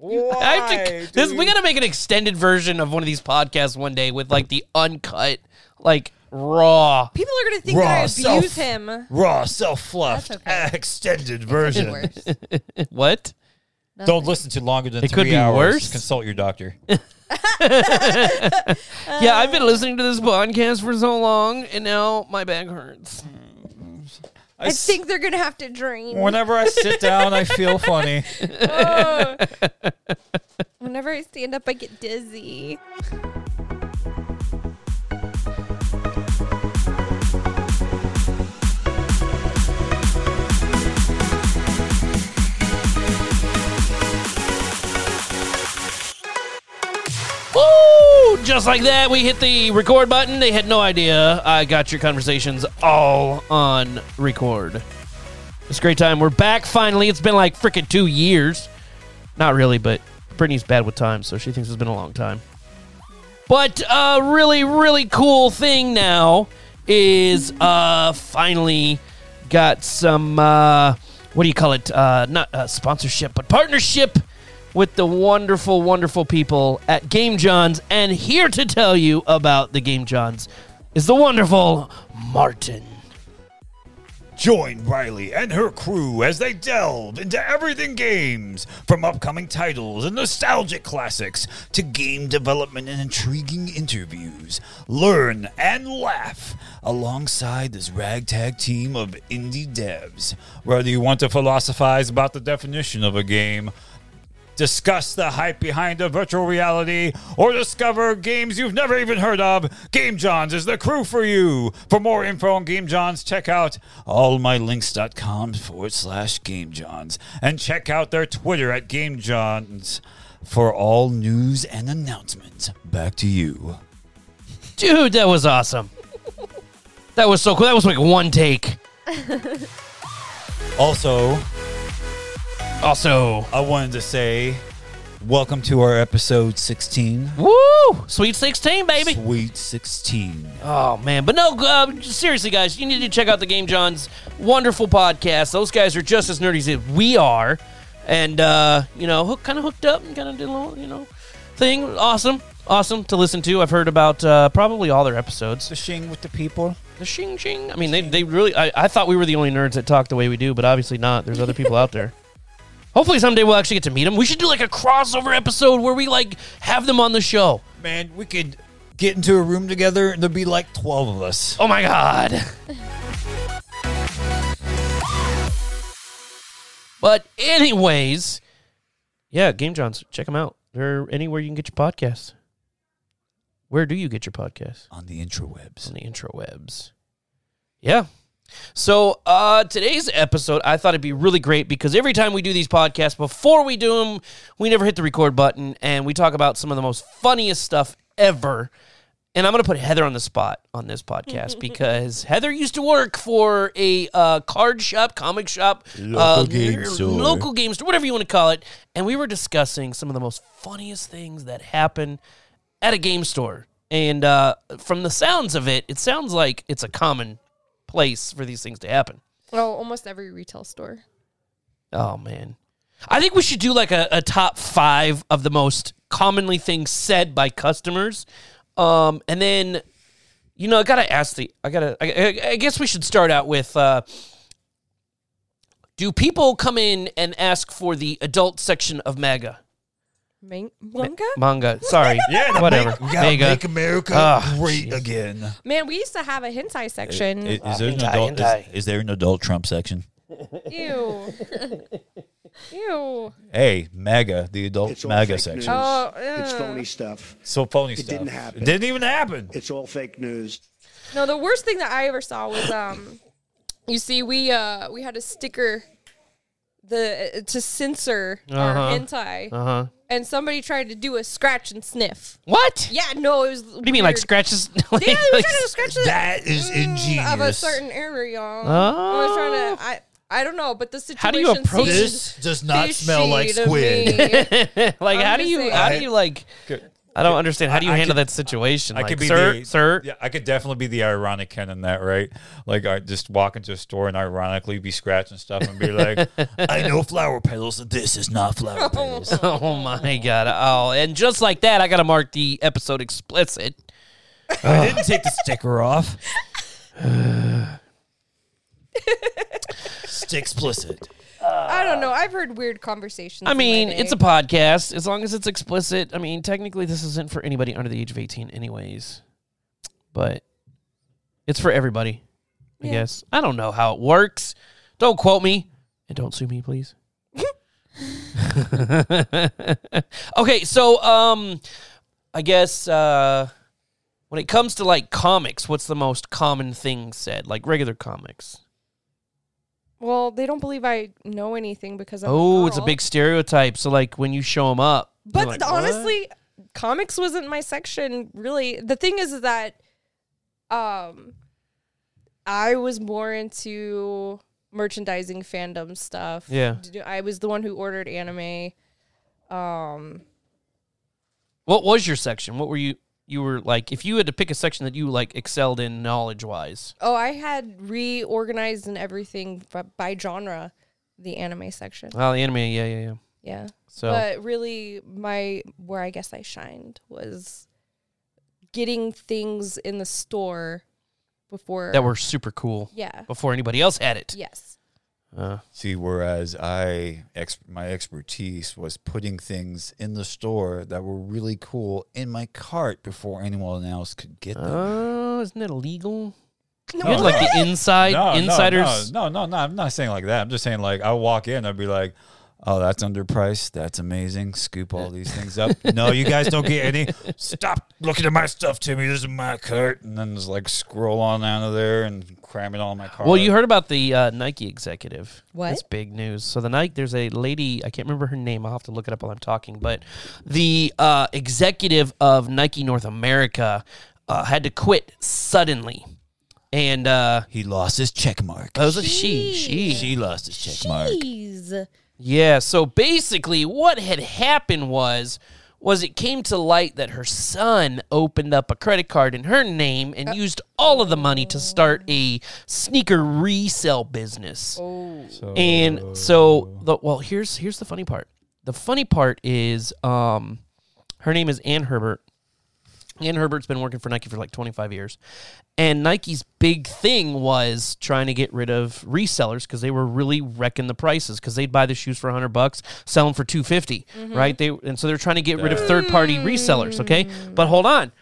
I have to- Why, this we dude? gotta make an extended version of one of these podcasts one day with like the uncut, like raw. People are gonna think that I abuse self- him. Raw, self fluffed, That's okay. extended It's version. worse. What? Nothing. Don't listen to longer than It three could be hours. worse. Consult your doctor. yeah, I've been listening to this podcast for so long, and now my back hurts. I I s- think they're gonna have to drain. whenever I sit down, I feel funny. Oh. Whenever I stand up, I get dizzy. Woo! Just like that, we hit the record button. They had no idea. I got your conversations all on record. It's a great time. We're back finally. It's been like freaking two years. Not really, but Brittany's bad with time, so she thinks it's been a long time. But a really, really cool thing now is uh finally got some uh what do you call it? Uh not uh, sponsorship, but partnership with the wonderful, wonderful people at Game Johns, and here to tell you about the Game Johns is the wonderful Martin. Join Riley and her crew as they delve into everything games, from upcoming titles and nostalgic classics to game development and intriguing interviews. Learn and laugh alongside this ragtag team of indie devs. Whether you want to philosophize about the definition of a game, discuss the hype behind a virtual reality, or discover games you've never even heard of, Game Johns is the crew for you. For more info on Game Johns, check out allmylinks.com forward slash Game Johns and check out their Twitter at Game Johns for all news and announcements. Back to you. Dude, that was awesome. that was so cool. That was like one take. Also, Also, I wanted to say welcome to our episode 16. woo! Sweet 16, baby. Sweet 16. Oh man, but no, uh, seriously, guys, you need to check out the Game John's wonderful podcast. Those guys are just as nerdy as we are, and uh, you know, hook, kind of hooked up and kind of did a little, you know, thing. Awesome, awesome to listen to. I've heard about uh, probably all their episodes. Fishing with the people. The shing shing. I mean, they, they really. I, I thought we were the only nerds that talk the way we do, but obviously not. There's other people out there. Hopefully someday we'll actually get to meet them. We should do like a crossover episode where we like have them on the show. Man, we could get into a room together and there'd be like 12 of us. Oh my god. but anyways, yeah, Game Johns, check them out. They're anywhere you can get your podcast. Where do you get your podcast? On the intrawebs. on the intrawebs. Yeah. So uh, today's episode, I thought it'd be really great because every time we do these podcasts, before we do them, we never hit the record button and we talk about some of the most funniest stuff ever. And I'm going to put Heather on the spot on this podcast because Heather used to work for a uh, card shop, comic shop, local, game store. local game store, whatever you want to call it. And we were discussing some of the most funniest things that happen at a game store. And uh, from the sounds of it, it sounds like it's a common place for these things to happen. Well, almost every retail store. Oh, man. I think we should do like a, a top five of the most commonly things said by customers. Um, and then, you know, I got to ask the, I got to, I, I- I guess we should start out with uh, do people come in and ask for the adult section of MAGA? Man- manga? Manga. Sorry. Yeah, Whatever. Make, we gotta Mega. make America Ah, great jeez. again. Man, we used to have a hentai section. there an Hentai, adult- is- hentai. there an adult Trump section? Ew. Ew. Hey, MAGA, the adult It's all MAGA fake section. news. Oh, it's ugh. phony stuff. So phony stuff. didn't happen. It didn't even happen. It's all fake news. No, the worst thing that I ever saw was um, you see, we uh we had a sticker, the to censor our Uh-huh. hentai, Uh huh. and somebody tried to do a scratch and sniff. What? Yeah, no, it was. What do you mean, like scratches? Yeah, they were trying to scratch the mm, That is ingenious. of a certain area. I was Oh. trying to. I I don't know, but the situation. How do you approach seemed this does not fishy smell like to squid. me. like, I'm how do just you? saying. How do you like? I don't understand. How do you I- I handle could- that situation? I like, could be sir, the sir. Yeah, I could definitely be the ironic Ken in that, right? Like I just walk into a store and ironically be scratching stuff and be like, I know flower petals. This is not flower petals. Oh my god! Oh, and just like that, I gotta mark the episode explicit. I didn't take the sticker off. Stick explicit. I don't know. I've heard weird conversations. I in my mean, day. it's a podcast. As long as it's explicit, I mean, technically, this isn't for anybody under the age of eighteen, anyways. But it's for everybody, I Yeah. guess. I don't know how it works. Don't quote me, and don't sue me, please. okay, so um, I guess uh, when it comes to like comics, what's the most common thing said? Like regular comics. Well, they don't believe I know anything because I'm Oh, it's a girl. big stereotype. So like when you show them up, you're But like, th- "What?" honestly, comics wasn't my section really. The thing is that um I was more into merchandising fandom stuff. Yeah. D- I was the one who ordered anime. Um What was your section? What were you you were like if you had to pick a section that you like excelled in knowledge wise? oh, I had reorganized and everything f- by genre the anime section. Well, the anime, yeah, yeah, yeah. Yeah. So But really, my where I guess I shined was getting things in the store before that were super cool yeah before anybody else had it. yes Uh, See, whereas I, ex- my expertise was putting things in the store that were really cool in my cart before anyone else could get them. oh, isn't that illegal? no, You had like the inside insiders. No, no, no, no, I'm not saying like that. I'm just saying like I walk in, I'd be like, "Oh, that's underpriced. That's amazing. Scoop all these things up. no, you guys don't get any. Stop looking at my stuff, Timmy. This is my cart." And then just like scroll on out of there and cram it all in my cart. Well, you heard about the uh, Nike executive. What? That's big news. So the Nike, there's a lady. I can't remember her name. I'll have to look it up while I'm talking. But the uh, executive of Nike North America uh, had to quit suddenly, and uh, He lost his check mark. that was a she. She. She lost his check mark. Jeez. Yeah, so basically what had happened was was it came to light that her son opened up a credit card in her name and used all of the money to start a sneaker resale business. And so the well here's here's the funny part. The funny part is um her name is Ann Herbert. Ann Herbert's been working for Nike for like 25 years. And Nike's big thing was trying to get rid of resellers because they were really wrecking the prices because they'd buy the shoes for 100 bucks, sell them for 250, right? They and so they're trying to get rid of third-party resellers, okay? But hold on.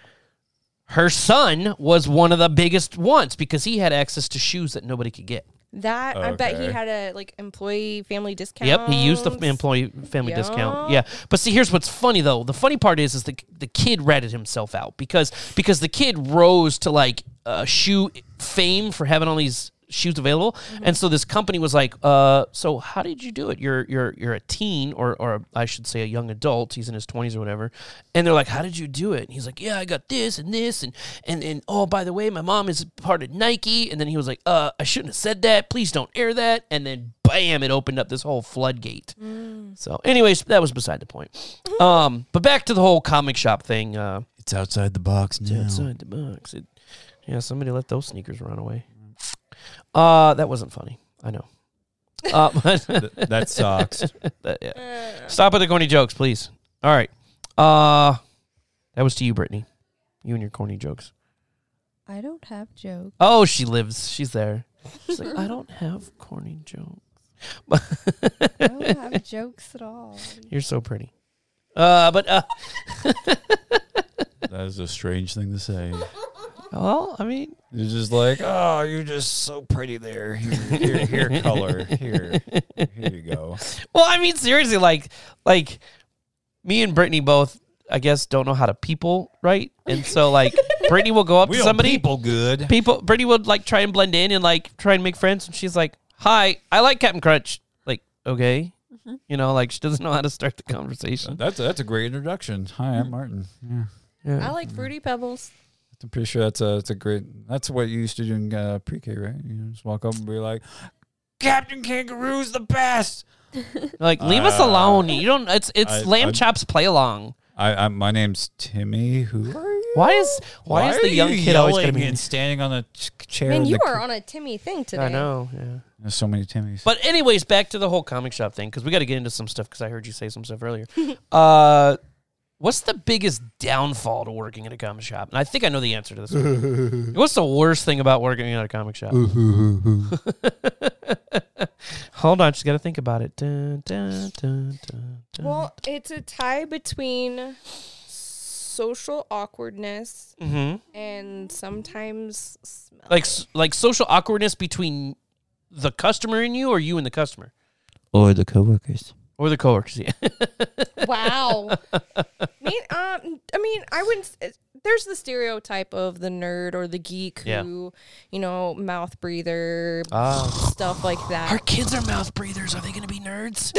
Her son was one of the biggest ones because he had access to shoes that nobody could get. That I bet he Okay. had a like employee family discount. Yep, he used the f- employee family discount. Yeah, Yup. but see, here's what's funny though. The funny part is, is the the kid ratted himself out because because the kid rose to like uh, shoe fame for having all these shoes available, and so this company was like, uh, so how did you do it? You're you're you're a teen or or a, I should say a young adult. He's in his twenties or whatever, and they're like, how did you do it? And he's like, yeah, I got this and this and and and oh by the way, my mom is part of Nike, and then he was like, uh, I shouldn't have said that. Please don't air that, and then bam, it opened up this whole floodgate. So, anyways, that was beside the point. Um, but back to the whole comic shop thing. Uh, It's outside the box now. outside the box, it, yeah, somebody let those sneakers run away. Uh, that wasn't funny. I know. Uh, but Th- that sucks. that- yeah. Stop with the corny jokes, please. All right. Uh, that was to you, Brittany. You and your corny jokes. I don't have jokes. Oh, she lives. She's there. She's like, I don't have corny jokes. I don't have jokes at all. You're so pretty. Uh, but uh, That is a strange thing to say. well, I mean, You're just like, Oh, you're just so pretty there. "Oh, here, here, color, here, here you go. Well, I mean, seriously, like, like me and Brittany both, I guess, don't know how to people, right? And so, like, Brittany will go up We to don't somebody, people. people good. Brittany would like try and blend in and like try and make friends, and she's like, "Hi, I like Captain Crunch." Like, okay, you know, like she doesn't know how to start the conversation. That's a, that's a great introduction. Hi, I'm Martin. Yeah. I like Mm-hmm. fruity pebbles. I'm pretty sure that's a that's a great. That's what you used to do in uh, pre-K, right? You know, just walk up and be like, "Captain Kangaroo's the best." Like, leave us alone. You don't. It's it's Uh, I- lamb I'm- chops play along. I, I my name's Timmy. Who are you? Why is why, is the are young you kid always yelling going to be? and standing on a ch- chair? Man, in you the are cr- on a Timmy thing today. I know. Yeah. There's so many Timmys. But anyways, back to the whole comic shop thing because we got to get into some stuff because I heard you say some stuff earlier. uh, what's the biggest downfall to working in a comic shop? And I think I know the answer to this. one. what's the worst thing about working at a comic shop? Hold on, just got to think about it. Dun, dun, dun, dun, dun. Well, it's a tie between social awkwardness Mhm. and sometimes smell. like s- like social awkwardness between the customer and you, or you and the customer, or the coworkers. or the coworkers. Yeah. Wow. mean, um, I mean, I wouldn't. s- eh, There's the stereotype of the nerd or the geek Yeah. who, you know, mouth breather, Ah. stuff like Our that. kids are mouth breathers. Are they going to be nerds?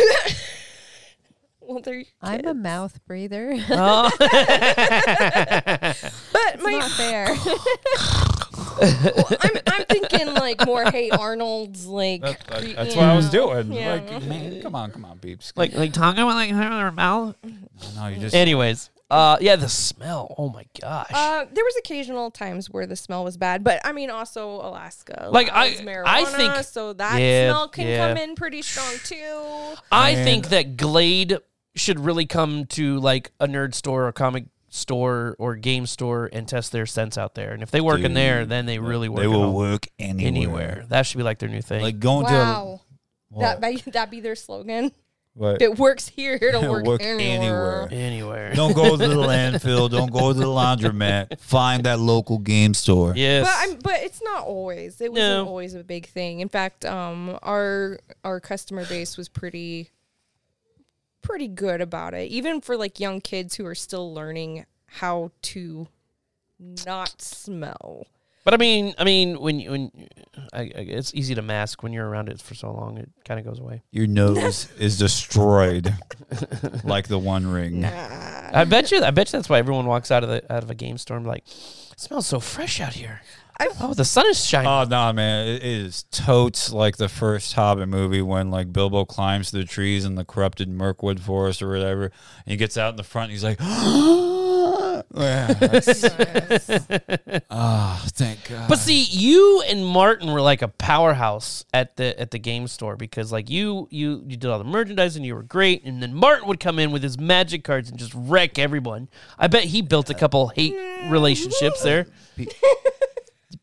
Well, they're I'm a mouth breather. Oh. But my, Not fair. I'm, I'm thinking like more, hey, Arnold's like. That's, you that's what I was know. doing. Yeah. Like, man, come on, come on, beeps. like like tongue out like her mouth. no, you just Anyways, uh, yeah, the smell. Oh my gosh. Uh, there was occasional times where the smell was bad, but I mean, also Alaska, Like, allows I- marijuana, I think- so that Yeah, smell can yeah. come in pretty strong too. I Man. think that Glade should really come to like a nerd store or comic store or game store and test their sense out there. And if they work in there, then they really work. they at will home. work anywhere. anywhere. That should be like their new thing. Like going to Wow, a, that be, that be their slogan. what? If it works here, it'll It'll work, work anywhere. anywhere. anywhere. Don't go to the landfill. Don't go to the laundromat. Find that local game store. Yes. But I'm, but it's not always. It wasn't No. always a big thing. In fact, um, our our customer base was pretty pretty good about it, even for like young kids who are still learning how to not smell. But I mean, I mean, when you- when you- I, I, it's easy to mask when you're around it for so long, it kind of goes away. Your nose is destroyed, like the One Ring. I bet you. I bet you that's why everyone walks out of the out of a game store and be like, smells so fresh out here. oh, the sun is shining. Oh no, man! It is totes like the first Hobbit movie when like Bilbo climbs the trees in the corrupted Mirkwood forest or whatever, and he gets out in the front. and He's like, Yeah, that's- "Ah, thank God!" But see, you and Martin were like a powerhouse at the at the game store because like you you you did all the merchandise and you were great, and then Martin would come in with his magic cards and just wreck everyone. I bet he built a couple hate relationships there.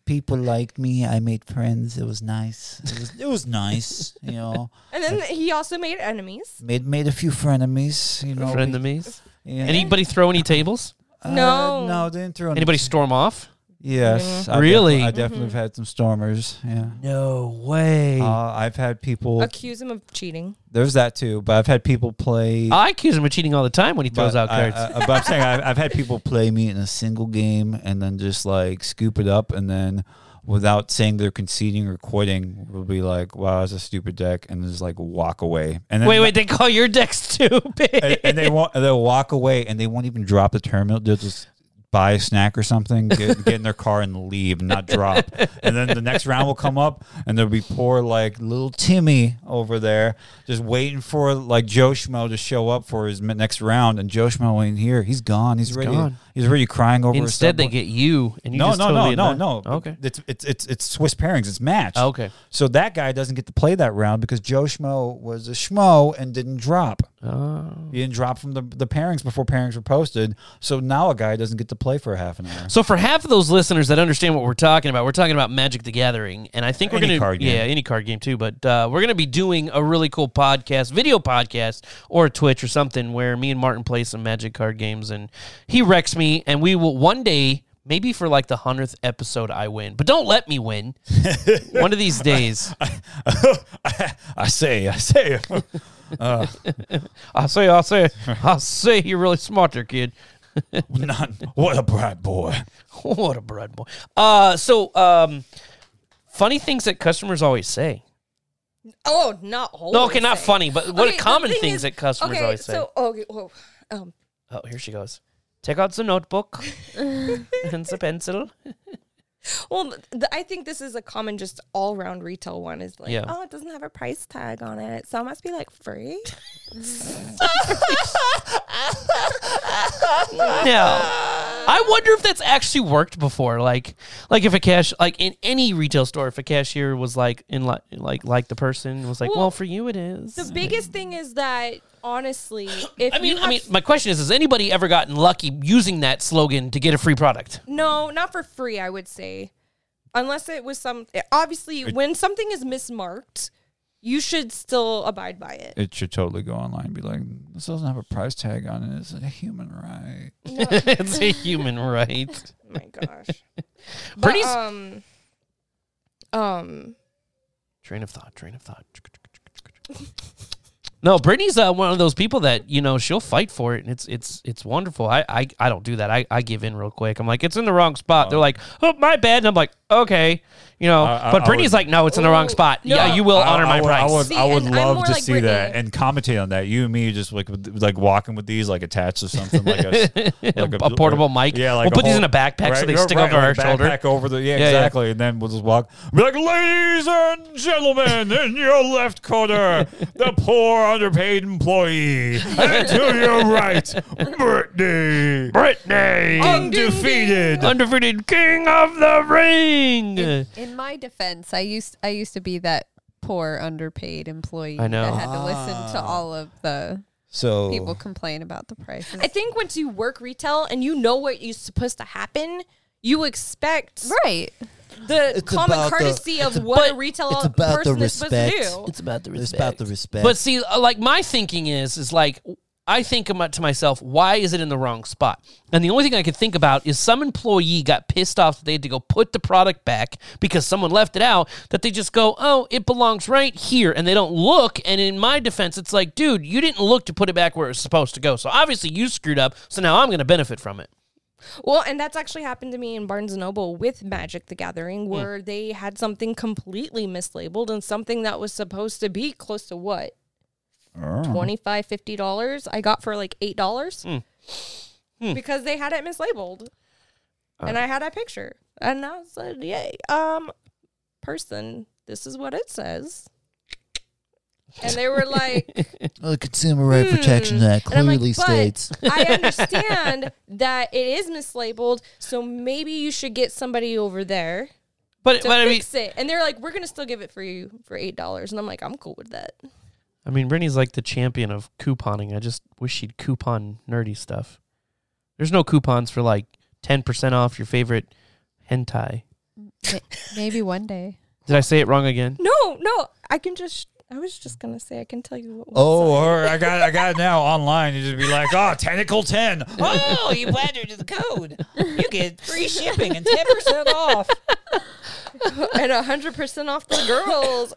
people liked me. I made friends. It was nice. It was, it was nice. You know, And then he also made enemies. made made a few frenemies. You know, we- Frenemies. yeah. Anybody throw any tables? Uh, No. no, they didn't throw any- Anybody storm off? Yes, I Really? defi- I definitely have had some stormers. Yeah. No way. Uh, I've had people. Accuse him of cheating. There's that too, but I've had people play. I accuse him of cheating all the time when he throws out but I- cards. I- but I'm saying I've, I've had people play me in a single game and then just like scoop it up and then without saying they're conceding or quitting will be like, wow, that's a stupid deck and just like walk away. And then wait, wait, they call your deck stupid. And, and they won't, they'll walk away and they won't even drop the terminal. They'll just buy a snack or something, get, get in their car and leave, not drop. And then the next round will come up and there'll be poor like little Timmy over there just waiting for like Joe Schmo to show up for his mi- next round. And Joe Schmo ain't here. He's gone. He's, ready. gone. He's already crying over. his Instead, they subway. get you, and you no, just no, totally no, no, not- no. Okay. Ah, It's it's it's it's Swiss pairings. It's matched. Okay. So that guy doesn't get to play that round because Joe Schmo was a schmo and didn't drop. Ah. He didn't drop from the, the pairings before pairings were posted. So now a guy doesn't get to play for half an hour. So for half of those listeners that understand what we're talking about, we're talking about Magic the Gathering, and I think we're Any gonna card game. yeah any card game too, but uh, we're gonna be doing a really cool podcast, video podcast or a Twitch or something where me and Martin play some Magic card games, and he wrecks me, and we will one day. Maybe for like the hundredth episode, I win, but don't let me win. One of these days, I say, I say. I say, I say, I say, you're really smart, there, kid. not, what a bright boy. what a bread boy. Uh, so um, funny things that customers always say. Oh, not always. No, okay, not say. funny, but what Okay, are the common thing things is- that customers okay, always say? So, okay, well, um, oh, here she goes. Take out the notebook and the pencil. well, th- th- I think this is a common, just all round retail one is like, Yeah. oh, it doesn't have a price tag on it, so it must be like free. now. I wonder if that's actually worked before. Like, like if a cash, like in any retail store, if a cashier was like in like like like the person was like, well, Well, for you it is. The biggest thing is that honestly, if I mean, you I have- mean, my question is: Has anybody ever gotten lucky using that slogan to get a free product? no, not for free, I would say, unless it was some. eh, Obviously, when something is mismarked, you should still abide by it. It should totally go online and be like, this doesn't have a price tag on it. It's a human right. it's a human right. Oh my gosh, But, Pretty s- um, um, Train of thought. Train of thought. No, Brittany's uh, one of those people that you know she'll fight for it, and it's it's it's wonderful. I I, I don't do that. I, I give in real quick. I'm like, it's in the wrong spot. They're like, oh my bad, and I'm like, okay, you know. I- I- but I Brittany's would- like, no, it's in the wrong spot. yeah, you will honor my would, price. I would, See, I would and I'm love more to like see Brittany. that and commentate on that. You and me just like with- like walking with these like attached to something like a like A portable mic. Yeah, like We'll a put these in whole- a backpack so right, they right, stick right, over like our a shoulder. backpack over the yeah, Yeah, yeah. exactly. And then we'll just walk. Be like, ladies and gentlemen, in your left corner, the poor underpaid employee, and to your right, Brittany, Brittany, undefeated. Undefeated King of the Ring. In my defense, I used I used to be that poor underpaid employee I know. that had to listen to all of the So people complain about the prices. I think once you work retail and you know what is supposed to happen, you expect right. the It's common about the- courtesy of what a But- retail it's about the person is supposed to respect. do. It's about the It's about the respect. But see, uh, like my thinking is, is like I think about to myself, why is it in the wrong spot? And the only thing I could think about is some employee got pissed off that they had to go put the product back because someone left it out. That they just go, oh, it belongs right here, and they don't look. And in my defense, it's like, dude, you didn't look to put it back where it was supposed to go. So obviously you screwed up. So now I'm going to benefit from it. Well, and that's actually happened to me in Barnes and Noble with Magic the Gathering, where they had something completely mislabeled and something that was supposed to be close to what? $25, $50 I got for like $8 because they had it mislabeled. and I had a picture. And I said, yay, um, person, this is what it says. And they were like, Well, the Consumer Right Protection Act Hmm. And I'm like, clearly "But states I understand that it is mislabeled, so maybe you should get somebody over there But, to but I mean, fix it. And they're like, we're gonna still give it for you for eight dollars. And I'm like, I'm cool with that. I mean, Brittany's like the champion of couponing. I just wish she'd coupon nerdy stuff. There's no coupons for like 10% off your favorite hentai. Ma- Maybe one day. Did I say it wrong again? No, no, I can just. I was just gonna say I can tell you what. Oh, or I got I got it now online. You just be like, oh, tentacle ten. Oh, you entered the code. You get free shipping and 10% off. and hundred percent off the girls.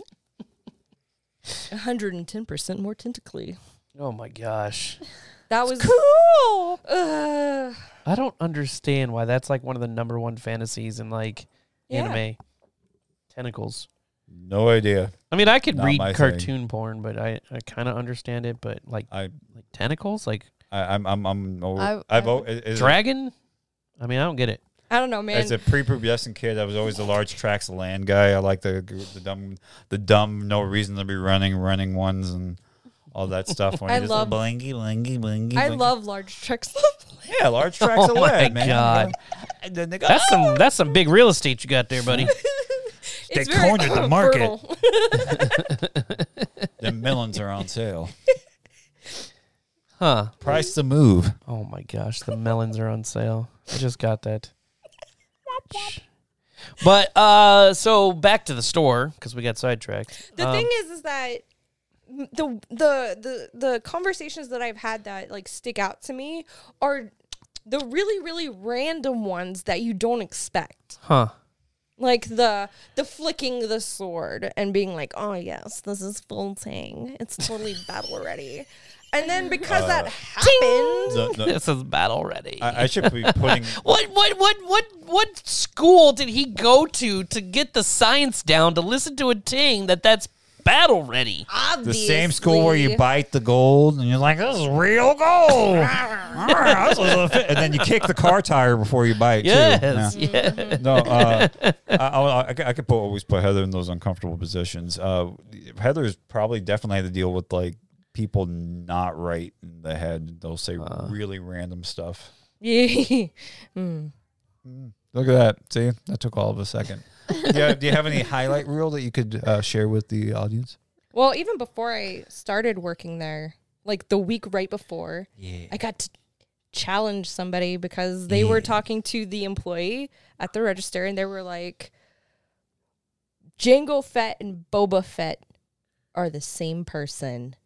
hundred and ten percent more tentacly. Oh my gosh. That was cool. Ugh. I don't understand why that's like one of the number one fantasies in like Yeah. anime. Tentacles. No idea. I mean, I could Not read my thing. cartoon porn, but I, I kind of understand it. But like, I, like tentacles, like I I'm I'm I'm. Over, I- Oh, I've I- al- is, is it, dragon. I mean, I don't get it. I don't know, man. as a prepubescent kid, I was always the large tracts of land guy. I like the the dumb the dumb no reason to be running running ones and all that stuff. When I you just love- blingy blingy blingy. I blingy. love large tricks. yeah large tracts Oh of my land, man. God. And then they go, That's some that's some big real estate you got there, buddy. It's They very cornered the market. fertile. the melons are on sale. Huh. Price to move. Oh my gosh, the melons are on sale. I just got that. But uh so back to the store cuz we got sidetracked. The Um, thing is, is that the the the the conversations that I've had that like stick out to me are the really really random ones that you don't expect. huh. Like the the flicking the sword and being like, "Oh yes, this is full tang. It's totally battle ready." And then because Uh. that happened, The- the- This is bad already. I, I should be putting. what what what what what school did he go to to get the science down to listen to a ting that that's battle ready? The same school where you bite the gold and you're like, this is real gold. and then you kick the car tire before you bite, Yes. too. yes. Yeah. No, uh, I, I, I, could- I could put, always put Heather in those uncomfortable positions. Uh, Heather's probably definitely had to deal with like people not right in the head. They'll say Uh. really random stuff. Yeah. Look at that. See, that took all of a second. yeah. Do you have any highlight reel that you could uh, share with the audience? Well, even before I started working there, like the week right before, I got to challenge somebody because they were talking to the employee at the register and they were like, Jango Fett and Boba Fett are the same person.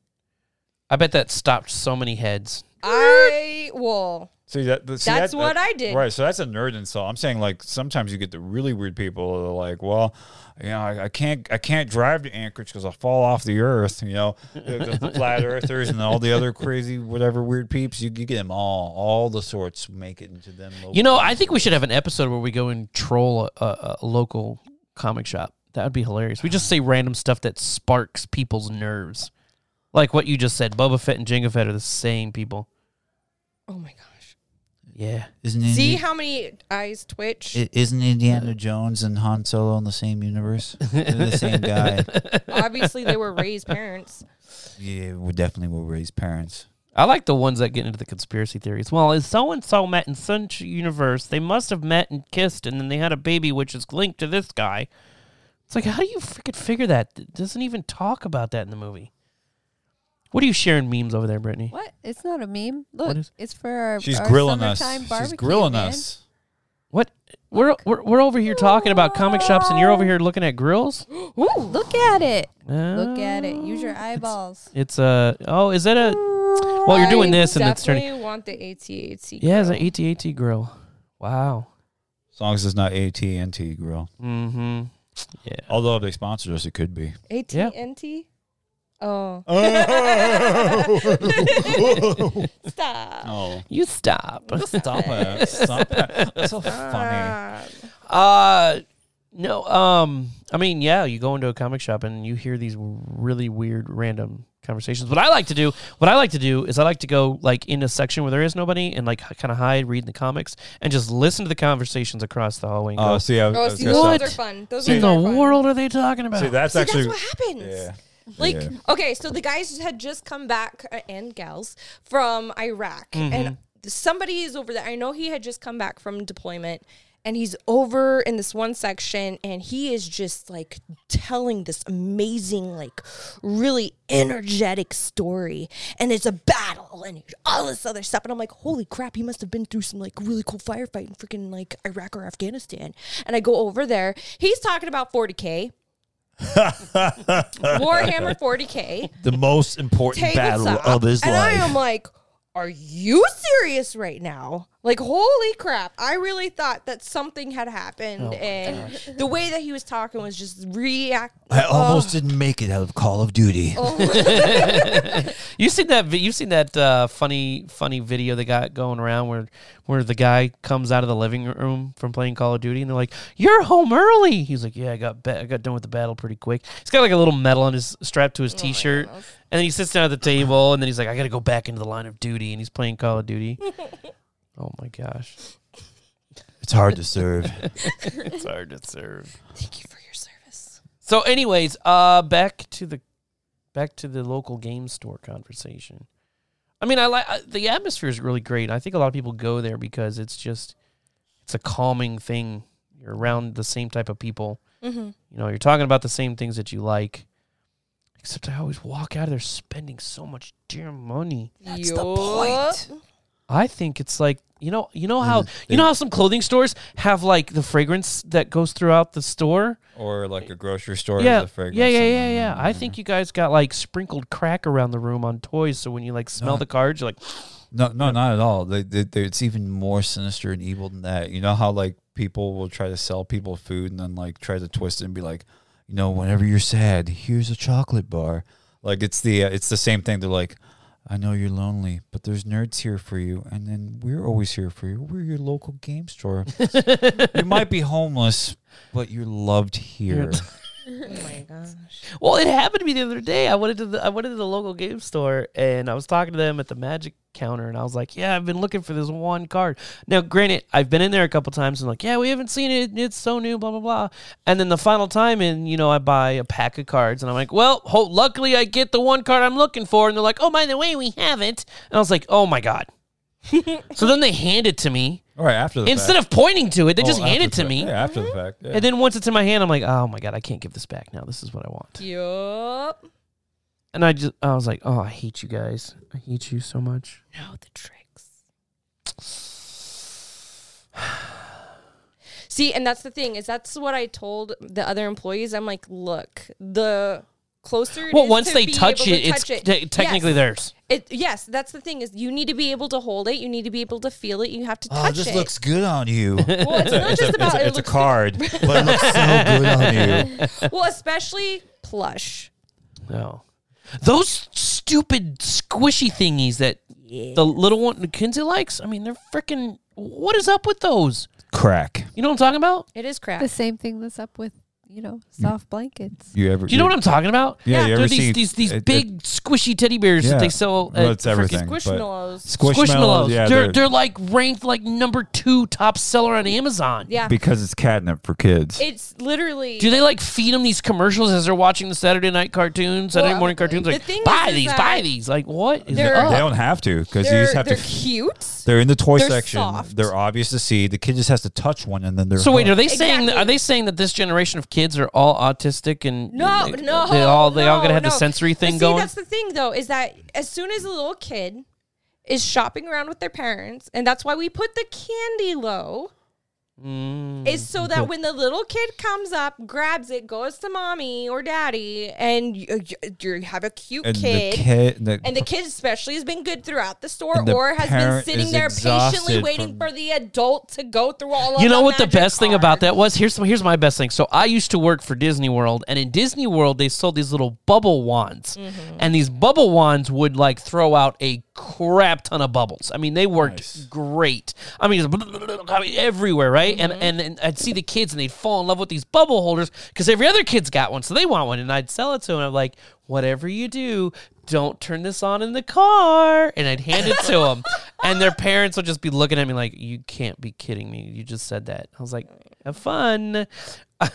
I bet that stopped so many heads. I, well, See that. see, That's that- what that- I did. Right. So that's a nerd insult. I'm saying like sometimes you get the really weird people that are like, well, you know, I, I can't, I can't drive to Anchorage because I'll fall off the earth. You know, the, the flat earthers and all the other crazy whatever weird peeps. You, you get them all, all the sorts make it into them. You know, I think we should have an episode where we go and troll a, a, a local comic shop. That would be hilarious. We just say random stuff that sparks people's nerves, like what you just said. Boba Fett and Jango Fett are the same people. oh my gosh. Yeah, Isn't See Indi- how many eyes twitch? i- isn't Indiana Jones and Han Solo in the same universe? They're the same guy. Obviously, they were raised parents. Yeah, we definitely will raise parents. I like the ones that get into the conspiracy theories. Well, is so and so met in such universe? They must have met and kissed, and then they had a baby, which is linked to this guy. It's like, how do you freaking figure that? It doesn't even talk about that in the movie. What are you sharing memes over there, Brittany? What? It's not a meme. Look, is- it's for our she's our grilling us. summertime She's barbecue, grilling man. us. What? We're, we're, we're over here talking about comic shops, and you're over here looking at grills. Look at it. Uh, Look at it. Use your eyeballs. It's a oh, is that a? Well, you're doing I this, and it's turning. definitely want the ATAT. Yeah, it's an AT-AT grill. Wow. As long as it's not AT and T grill. Mm-hmm. Yeah. Although if they sponsored us, it could be. ATNT? Oh. Stop. Oh, You stop. stop it! Stop it! That's so funny. Uh no, um I mean, yeah, you go into a comic shop and you hear these really weird random conversations. What I like to do, what I like to do is I like to go like in a section where there is nobody and like kind of hide reading the comics and just listen to the conversations across the hallway and Oh, go, see, I, was- I Oh, was see, gonna those say- What? are fun. Those See, "What are in the fun. world are they talking about? See, that's See, actually that's what happens. yeah. Like, Yeah. okay, so the guys had just come back uh, and gals from Iraq, and somebody is over there. I know he had just come back from deployment, and he's over in this one section, and he is just like telling this amazing, like, really energetic story, and it's a battle and all this other stuff, and I'm like, holy crap, he must have been through some like really cool firefight in freaking like Iraq or Afghanistan, and I go over there, he's talking about 40k. Warhammer 40k The most important take battle us up. of his and life. I am like, are you serious right now? Like, holy crap. I really thought that something had happened. and the way that he was talking was just react. I almost didn't make it out of Call of Duty. You seen that? vi- You seen that uh, funny, funny video they got going around where, where the guy comes out of the living room from playing Call of Duty, and they're like, "You're home early." He's like, "Yeah, I got ba- I got done with the battle pretty quick." He's got like a little medal on his strapped to Oh his T-shirt, and then he sits down at the table, and then he's like, "I got to go back into the line of duty," and he's playing Call of Duty. oh my gosh, It's hard to serve. it's hard to serve. Thank you for your service. So, anyways, uh, back to the back to the local game store conversation. I mean, I like I- the atmosphere is really great. I think a lot of people go there because it's just it's a calming thing. You're around the same type of people. You know, you're talking about the same things that you like. Except I always walk out of there spending so much dear money. That's the point. I think it's like you know you know how you know how some clothing stores have like the fragrance that goes throughout the store. Or like a grocery store. yeah, the fragrance yeah, yeah, and- yeah, yeah. I think you guys got like sprinkled crack around the room on toys, so when you like Uh-huh. smell the cards, you're like, No, no, not at all. They, they, they, it's even more sinister and evil than that. You know how like people will try to sell people food and then like try to twist it and be like, you know, whenever you're sad, here's a chocolate bar. Like it's the uh, it's the same thing. They're like, I know you're lonely, but there's nerds here for you, and then we're always here for you. We're your local game store. you might be homeless, but you're loved here. Oh my gosh. "Well, it happened to me the other day. I went to the I went to the local game store and I was talking to them at the Magic counter and I was like, "Yeah, I've been looking for this one card." Now, granted, I've been in there a couple times and like, "Yeah, we haven't seen it. It's so new, blah blah blah." And then the final time in, you know, I buy a pack of cards and I'm like, "Well, ho- luckily I get the one card I'm looking for." And they're like, "Oh, by the way, we haven't." And I was like, "Oh my god." so then they hand it to me All right, after the instead fact. of pointing to it. They just Oh, hand after it to the fact. me. Yeah, after the fact. yeah. And then once it's in my hand, I'm like, oh my god, I can't give this back now. This is what I want. Yup. And I just, I was like, oh, I hate you guys. I hate you so much. No, the tricks. See, and that's the thing is that's what I told the other employees. I'm like, look, the closer. It well, is once to they be touch able it, to it's touch it, te- technically yes, theirs. It, yes, that's the thing is you need to be able to hold it. You need to be able to feel it. You have to Oh, touch this it. looks good on you. It's well, it's not just about a, it it's a looks card, but it looks so good on you. well, especially plush. No, those stupid squishy thingies that the little one Kinsey likes. I mean, they're freaking. What is up with those? Crack. You know what I'm talking about? It is crap. The same thing that's up with, you Mm. know, soft blankets. You ever? Do you know what I'm talking about? Yeah, you they're ever these seen- these these it- it- big squishy teddy bears that Yeah. they sell. Well, at it's freaking- everything. but- Squishmallows. Squishmallows. Yeah, they're, they're- they're like ranked like number two top seller on Amazon. Yeah. because it's catnip for kids. It's literally. Do they like feed them these commercials as they're watching the Saturday night cartoons, Saturday morning Probably. cartoons? Like, The thing buy is, is these, that buy these. Like, what is they it? they're- up? don't have to because you they're just have they're to. cute. They're in the toy they're section. soft. They're obvious to see. The kid just has to touch one, and then they're So wait, are hooked. they saying Exactly. are they saying that this generation of kids are all autistic and No, they, no. they all they all no, gonna have the no. sensory But thing see, going? That's the thing, though, is that as soon as a little kid is shopping around with their parents, and that's why we put the candy low, Mm, is so that when the little kid comes up, grabs it, goes to mommy or daddy, and you, you have a cute and kid. the kid, the, and the kid especially has been good throughout the store And the or has been parent sitting is there patiently exhausted waiting from- for the adult to go through all of You know the what the magic best thing about cards. that was? Here's here's my best thing. So I used to work for Disney World, and in Disney World they sold these little bubble wands, and these bubble wands would like throw out a crap ton of bubbles. I mean, they worked great. I mean, it's I mean, everywhere, right? And, and and I'd see the kids, and they'd fall in love with these bubble holders because every other kid's got one, so they want one, and I'd sell it to them. I'm like, whatever you do. Don't turn this on in the car, and I'd hand it to them, and their parents would just be looking at me like, "You can't be kidding me! You just said that." I was like, "Have fun,"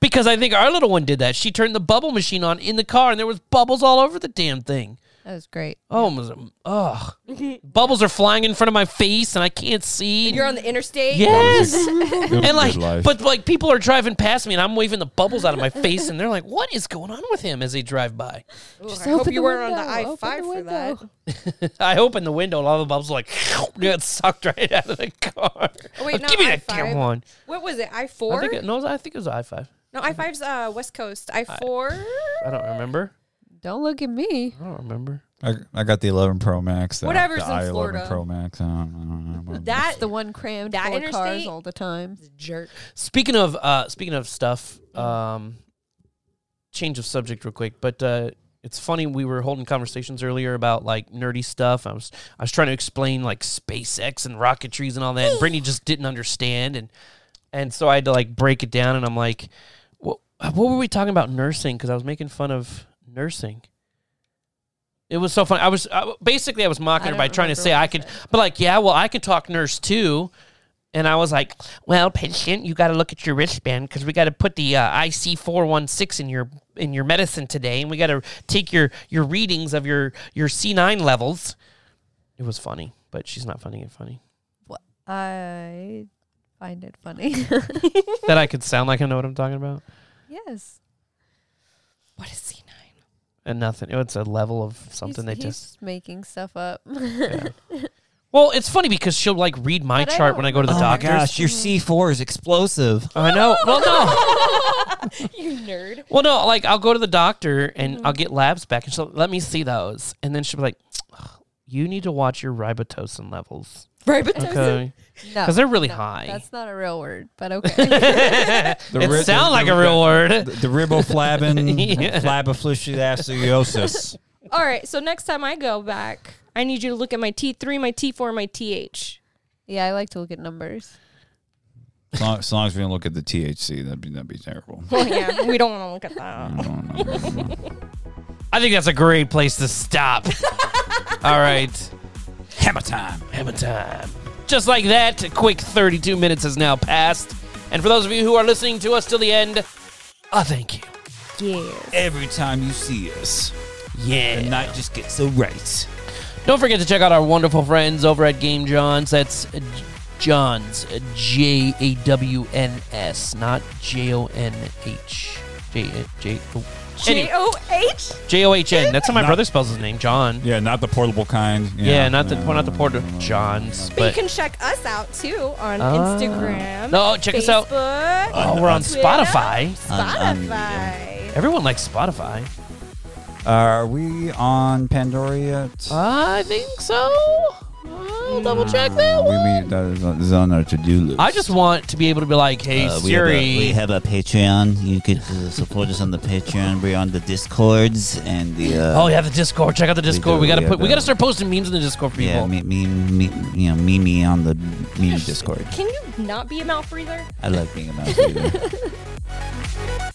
because I think our little one did that. She turned the bubble machine on in the car, and there was bubbles all over the damn thing. That was great. Oh, it was, ugh! bubbles are flying in front of my face, and I can't see. You're on the interstate. yes, It was a and like, good life. but like, people are driving past me, and I'm waving the bubbles out of my face, and they're like, "What is going on with him?" As they drive by, Ooh, Just I hope open you the weren't on the window, I open five the for that. window. I open the window, and all the bubbles are like got sucked right out of the car. Oh, wait, not give me I that five. damn one. What was it? I I four? think it, no, it was- I think it was I five. no, I five's uh, West Coast. I four. I don't remember. Don't look at me. I don't remember. I, I got the 11 Pro Max. The, Whatever's the in i11 Florida. Pro Max. I don't, I don't know. That The one crammed That full of cars interstate- all the time. jerk. Speaking of uh, speaking of stuff, um, change of subject real quick, but uh, it's funny we were holding conversations earlier about like nerdy stuff. I was I was trying to explain like SpaceX and rocketries and all that, and Brittany just didn't understand, and and so I had to like break it down, and I'm like, what what were we talking about nursing? Because I was making fun of nursing. It was so funny. I was I, basically I was mocking I her by don't trying to remember say what I I could, said. but like yeah, well I can talk nurse too. And I was like, "Well, patient, you got to look at your wristband because we got to put the uh, IC four one six in your in your medicine today, and we got to take your your readings of your your C nine levels." It was funny, but she's not finding it funny I find it funny. that I could sound like I know what I'm talking about. yes. What is C nine? And nothing. It's a level of something he's, that he's just. making stuff up. Well, it's funny because she'll like read my But I chart don't when I go to the oh my doctors. gosh, your C4 is explosive. I know. Well, no. You nerd. Well, no, like I'll go to the doctor and Mm-hmm. I'll get labs back, and she'll let me see those, and then she'll be like, "You need to watch your ribitocin levels, Ribitocin. okay? no. Because they're really no, high. That's not a real word, but okay. it The ri- the- sounds like the- a real word. The, the riboflavin, Yeah. flabiflucid acidosis. All right. So next time I go back, I need you to look at my T three, my T four, my TH. yeah, I like to look at numbers. As long, as long as we don't look at the THC, that'd be that'd be terrible. Well, Oh, yeah, we don't want to look at that. I don't know. I think that's a great place to stop. All right. Hammer time. Hammer time. Just like that, a quick 32 minutes has now passed. And for those of you who are listening to us till the end, I thank you. Yes. Every time you see us, Yeah. the night just gets so right. Don't forget to check out our wonderful friends over at Game Johns. That's uh, Johns, uh, J A W N S, not J O N H. J J O J O H. J O H N. That's how my brother spells his name, John. Yeah, not the portable kind. Yeah, not the well, not the Porter Mm. Johns, But, but you can check us out too on Ah. Instagram. No, check us out. Facebook, oh, we're on Twitter, Spotify. Um, Spotify. Everyone likes Spotify. Are we on Pandora yet? I think so. I'll double check that we one. mean that is on, is on our to-do list. I just want to be able to be like, hey Uh, we, have Siri. a, we have a Patreon. You could uh, support us on the Patreon. We're on the Discords and the. Uh, Oh yeah, the Discord. Check out the Discord. do, We, gotta we put. We have gotta a- start posting memes in the Discord for people. Yeah, me, me, me, you know, Mimi on the Mimi Discord. Can you not be a mouth breather? I like being a mouse. breather.